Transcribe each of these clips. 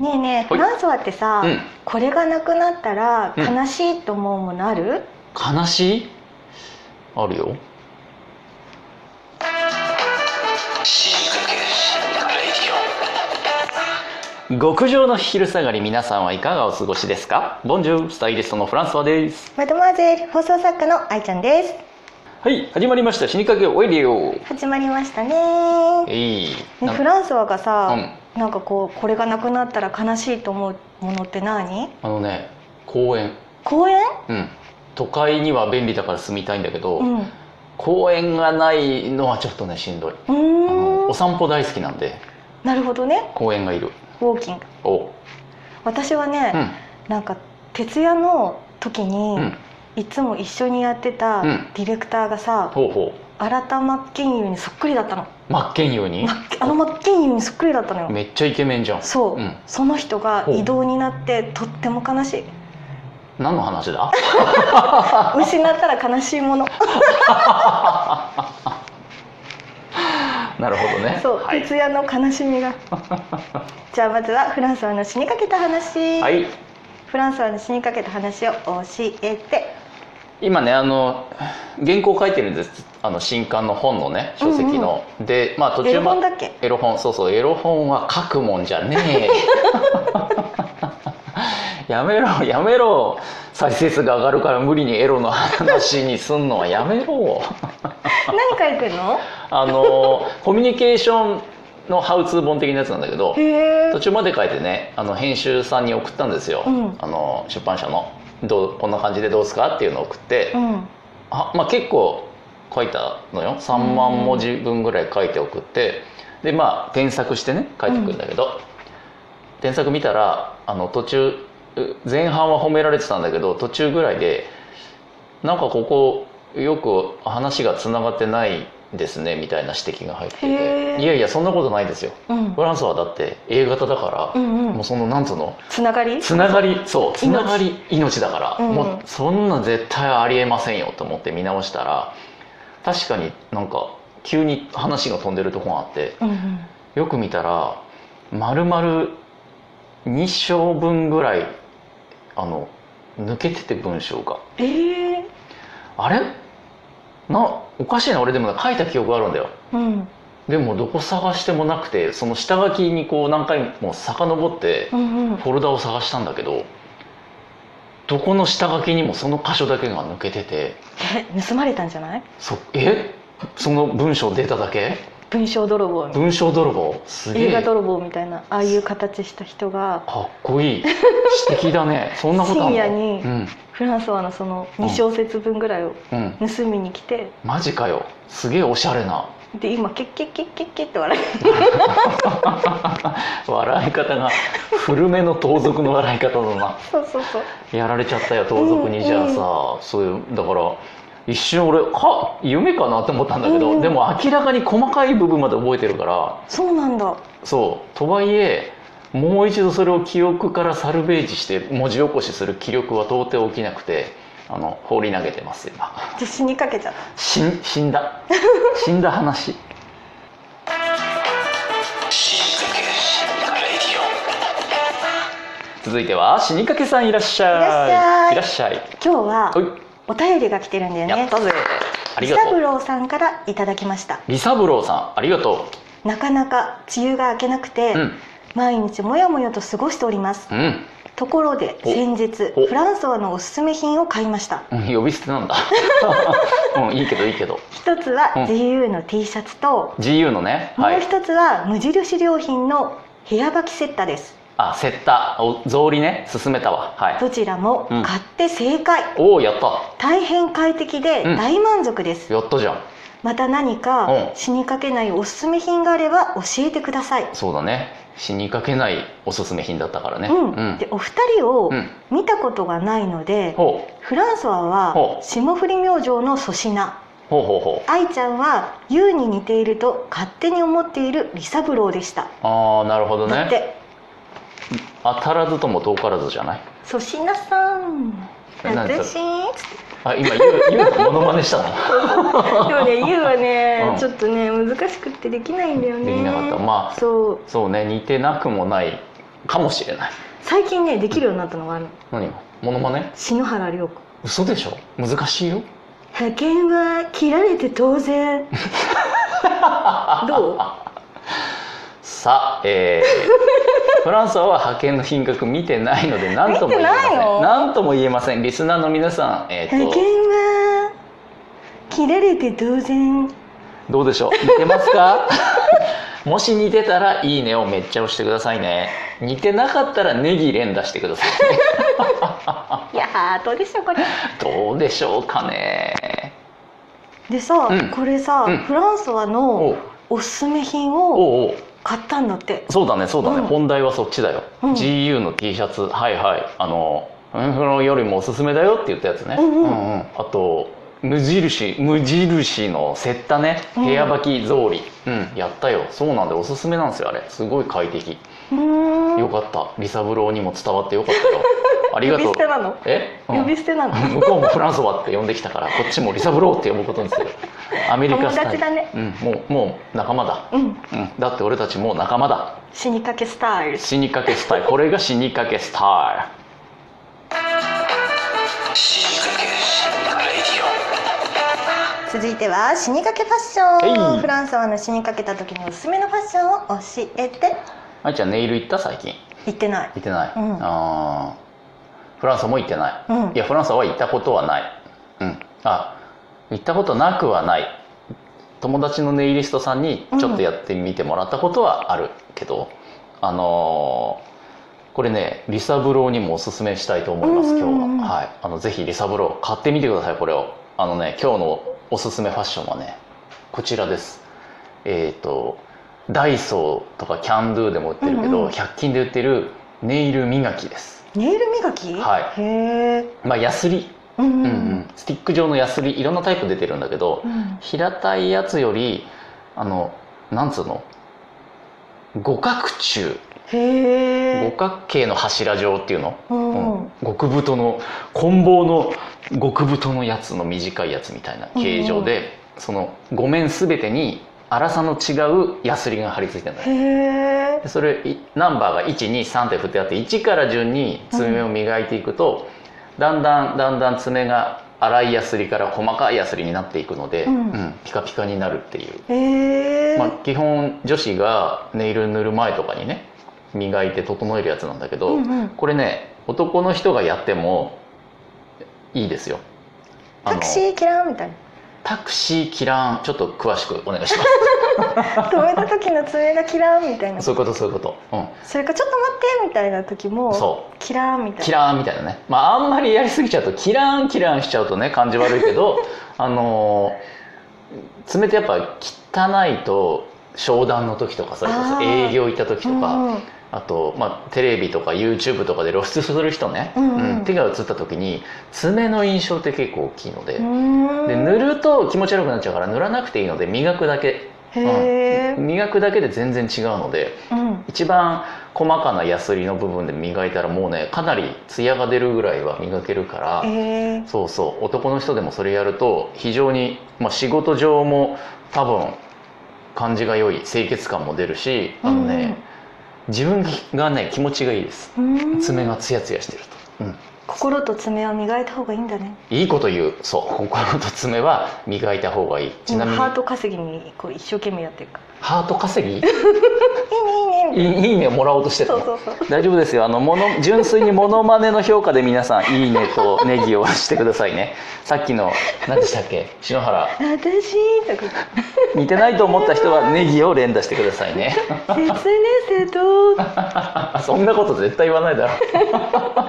ねえねえフはいランソワってさ、うんこれがなくなったらうん悲しいと思うものある、悲しいあるよ極上の昼下がり皆さんはいかがお過ごしですかボンジュールスタイリストのフランスワですマドマーゼ放送作家の愛ちゃんですはい始まりました死にかけおいでよ始まりましたねえいねなんフランソワがうさ、んなんかこうこれがなくなったら悲しいと思うものって何あのね公園公園うん都会には便利だから住みたいんだけど、うんう公園がないのはちょっとねしんどいあのーんお散歩大好きなんでなるほどね公園がいるウォーキングお私はね、うんなんか徹夜の時に、うんいつも一緒にやってたうんディレクターがさ、ほうほ新マッケンユーにそっくりだったのう真っ健うにマッケあのマッケンユーにそっくりだったのよめっちゃイケメンじゃんそう、うんその人がほう異動になってとっても悲しい何の話だ失ったら悲しいもの なるほどねそう、はい、徹夜の悲しみ がじゃあまずはフランスワの死にかけた話、はい、フランスワの死にかけた話を教えて今ねあの原稿書いてるんですあの新刊の本のね書籍の、でまあ途エ中ロま本だっけエロ本そうそうエロ本は書くもんじゃねえ やめろやめろ再生数が上がるから無理にエロの話にすんのはやめろ何書いてんのあのコミュニケーションのハウツー本的なやつなんだけどへえ途中まで書いてねあの編集さんに送ったんですよ、うんあの出版社のどうこんな感じでどうですかっていうのを送って、うんあまあ、結構書いたのよ3万文字分ぐらい書いて送ってでまあ添削してね書いてくるんだけど、添削見たらあの途中う前半は褒められてたんだけど途中ぐらいでなんかここよく話がつながってないですねみたいな指摘が入ってへてーいやいやそんなことないですようんフランスはだって A 型だから、うんうもんうそのなんつうのつながりつながりそうつながり命だから、うんもうそんな絶対ありえませんよと思って見直したら確かになんか急に話が飛んでるとこがあってうんうんよく見たら丸々2章分ぐらいあの抜けてて文章がええあれなおかしいな俺でも書いた記憶あるんだようんでもどこ探してもなくてその下書きにこう何回も遡ってうんうんフォルダを探したんだけどどこの下書きにもその箇所だけが抜けててえ盗まれたんじゃないそえその文章出ただけ文章泥棒文章泥棒すげ映画え泥棒みたいなああいう形した人がかっこいい指摘だ ねそんなことあん深の夜にうんフランソワのその2小節分ぐらいをうん盗みに来てマジかよすげえおしゃれな で今ケッケッケッケッケッって笑笑い方が古めの盗賊の笑い方だなう そうそうそうやられちゃったよ盗賊にじゃあさ、そういうだから一瞬俺か夢かなって思ったんだけど、うんうんでも明らかに細かい部分まで覚えてるからそうなんだそうとはいえもう一度それを記憶からサルベージして文字起こしする気力は到底起きなくてあの放り投げてます今じゃあ死にかけちゃった死ん死んだ死んだ話続いては死にかけさんいらっしゃいいらっしゃいらっし今日はゃいはいお便りが来てるんだよやねったぜありリがサとブうローさんからいただきましたリサブローさんありがとなかなか梅雨が明けなくて、ううん毎日もやもやと過ごしておりますうんところでお先日おフランソワのおすすめ品を買いましたうん呼び捨てなんだうんいいけどいいけど一つうんは GU の T シャツと、 GU のねはもうい一つは無印良品の部屋履きセッタですあセッターお草履ね進めたわはいどちらも買って正解、おおやった大変快適でうん大満足です、やったじゃんまた何うんか死にかけないおすすめ品があれば教えてください、そうだね死にかけないおすすめ品だったからねうんうんでお二人をうん見たことがないので、ほフランソワほはう霜降り明星の粗品うほうほうほう愛ちゃんは優に似ていると勝手に思っているリサブローでした、ああなるほどだっねて当たらずとも遠からずじゃない粗品さんなんて懐しいあ今 YOU のモノマネ したのでも ね優はね、うんちょっとね難しくってできないんだよねできなかったまあそうそうね似てなくもないかもしれない最近ねできるようになったのがあるの何がモノマネ篠原涼子嘘でしょ難しいよ派遣は切られて当 然どうさあ、え ーフランスは派遣の品格見てないので何とも言え見ませてなんいの何とも言えませんリスナーの皆さん、えー、派と遣は切られて当然どうでしょう似てますか もし似てたら「いいね」をめっちゃ押してくださいね似てなかったら「ネギ連打」してくださいねいやーどうでしょうこれどうでしょうかねでさ、うんこれさ、うんフランソワおのうおすすめ品をおうおう買ったんだってそうだねそうだね、うん本題はそっちだよ、うん GU の T シャツはいはいあのフロよりもおすすめだよって言ったやつね、うんうんあと無印無印のセッタね部屋履き草履、うん、やったよそうなんでおすすめなんですよあれすごい快適うーんよかったリサブローにも伝わってよかったよ ありが呼びとう捨てなのえ、うん呼び捨てなの、 向こうもフランソワって呼んできたからこっちもリサブローって呼ぶことに するアメリカスタ友イル達だねうん、もうもう仲間だ、うんうん、だって俺たちもう仲間だ死にかけスタイル死にかけスタイルこれが死にかけスタ続いては死にかけファッショえンいフランソワの死にかけた時におすすめのファッションを教えてイル愛ちゃんネイル行った最近言ってない行ってない、うんあーフランスも行ってない、うんいやフランスは行ったことはないうんあ行ったことなくはない友達のネイリストさんにちょっとやってみてもらったことはあるけど、あのーこれねリサブローにもおすすめしたいと思います、うんうんうん今日は、はい、あのぜひリサブロー買ってみてくださいこれをあのね今日のおすすめファッションはねこちらですえっ、とダイソーとかキャンドゥでも売ってるけど、うんうん100均で売ってるネイル磨きです、ネイル磨き、はへえまあ、ヤスリ、うんううんうんん、スティック状のヤスリいろんなタイプ出てるんだけど、うん平たいやつよりあのなんつうの五角柱へ五え角形の柱状っていうの、うんうん極太の棍棒の極太のやつの短いやつみたいな形状で、その5面全てに粗さの違うヤスリが貼り付いてるんだよへえでそれいナンバーが123って振ってあって1から順に爪を磨いていくと、だんだんだんだん爪が粗いヤスリから細かいヤスリになっていくので、うんうんピカピカになるっていうへえ、まあ、基本女子がネイル塗る前とかにね磨いて整えるやつなんだけど、うんうんこれね男の人がやってもいいですよあのタクシーキラーみたいなタクシーキラーンちょっと詳しくお願いしま止めた時の爪がキラーみたいな すそそういうことそういうこと、うれかちょっと待ってみたいな時もん、そうキラーみたいなキラーンみたいなね、まあ、あんまりやりすぎちゃうとキラーンキラーンしちゃうとね感じ悪いけど あのー爪ってやっぱ汚いと商談の時とかそれこあそー営業行った時とか、うんうんあと、まあ、テレビとか YouTube とかで露出する人ね、うんうん手が映った時に爪の印象って結構大きいので,、うでーん塗ると気持ち悪くなっちゃうから塗らなくていいので磨くだけ、へえ、磨くだけで全然違うのでうん、一番細かなヤスリの部分で磨いたらもうねかなりツヤが出るぐらいは磨けるから、へえそうそう男の人でもそれやると非常に、まあ、仕事上も多分感じが良い清潔感も出るしあのね、うんうん自分がね気持ちがいいですうーん爪がツヤツヤしてると、うん、心と爪を磨いた方がいいんだねいいこと言うそう心と爪は磨いた方がいいちなみにハート稼ぎにこう一生懸命やってるかハート稼ぎい らいいねいいねみたいいいいねをもらおうとしてなたそうそうそう大丈夫ですよあのもの純粋にモノマネの評価で皆さん「いいね」と ネギを押してくださいねさっきの何でしたっけ篠原私とか似てないと思った人はネギを連打してください ね言って説明生とそんなこと絶対言わないだろ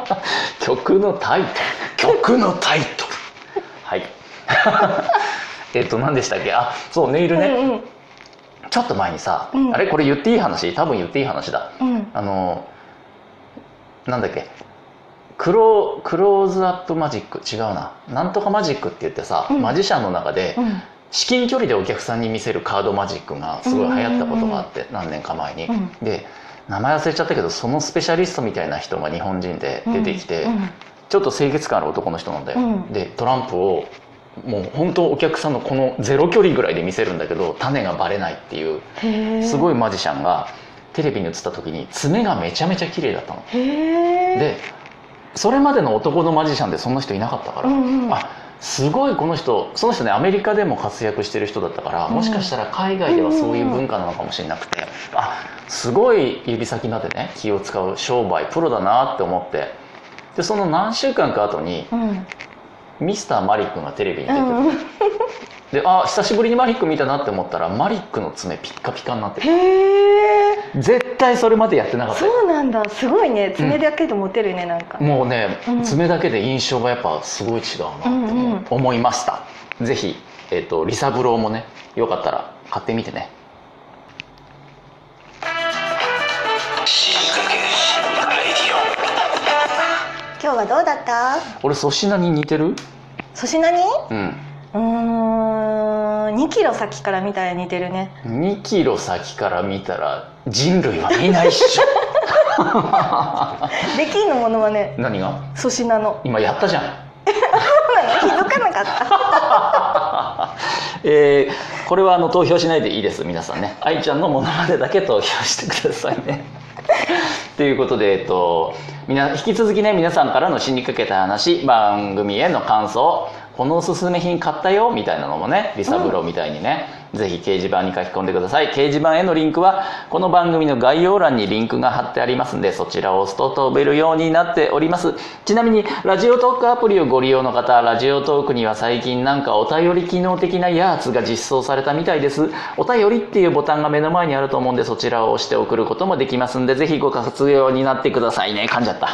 曲のタイトル曲のタイトルはい えっと何でしたっけあそうネイルね、ちょっと前にさ、うんあれこれ言っていい話多分言っていい話だうんうんうんあのなんだっけクロークローズアップマジック違うななんとかマジックって言ってさ、うんマジシャンの中でうん至近距離でお客さんに見せるカードマジックがすごい流行ったことがあって、何年か前に、うんで名前忘れちゃったけどそのスペシャリストみたいな人が日本人で出てきて、ちょっと清潔感ある男の人なんだよ、うんでトランプをもう本当お客さんのこのゼロ距離ぐらいで見せるんだけど種がバレないっていうすいごいマジシャンがテレビに映った時に爪がめちゃめちゃ綺麗だったの。へえでそれまでの男のマジシャンでそんな人いなかったから、うんうんあすごいこの人その人ねアメリカでも活躍してる人だったから、うんもしかしたら海外ではそういう文化なのかもしれなくて、あすごい指先までね気を使う商売プロだなって思ってでその何週間か後にうんミスターマリックがテレビに出てくる、うんであ久しぶりにマリック見たなって思ったらマリックの爪ピッカピカになってるへえ絶対それまでやってなかったよそうなんだすごいね爪だけでモテるねなんか、もうね、うん爪だけで印象がやっぱすごい違うなって思ううんうん思いましたぜひ、えっとリサブローもねよかったら買ってみてね今日はどうだった俺粗品に似てる粗品にうんうーん2キロ先から見たら似てるね2キロ先から見たら人類はみんな一 緒できんのものはね何が粗品の今やったじゃんそうなの気づかなかったえーこれはあの投票しないでいいです皆さんね愛ちゃんのものまでだけ投票してくださいね ということで、えっと、みな引き続きね皆さんからの死にかけた話番組への感想このおすすめ品買ったよみたいなのもねリサブロみたいにね、ぜひ掲示板に書き込んでください掲示板へのリンクはこの番組の概要欄にリンクが貼ってありますんでそちらを押すと飛べるようになっておりますちなみにラジオトークアプリをご利用の方ラジオトークには最近なんかお便り機能的なやつが実装されたみたいですお便りっていうボタンが目の前にあると思うんでそちらを押して送ることもできますんでぜひご活用になってくださいね噛んじゃった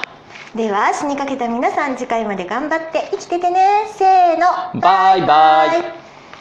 では死にかけた皆さん次回まで頑張って生きててねせーのバイバイイ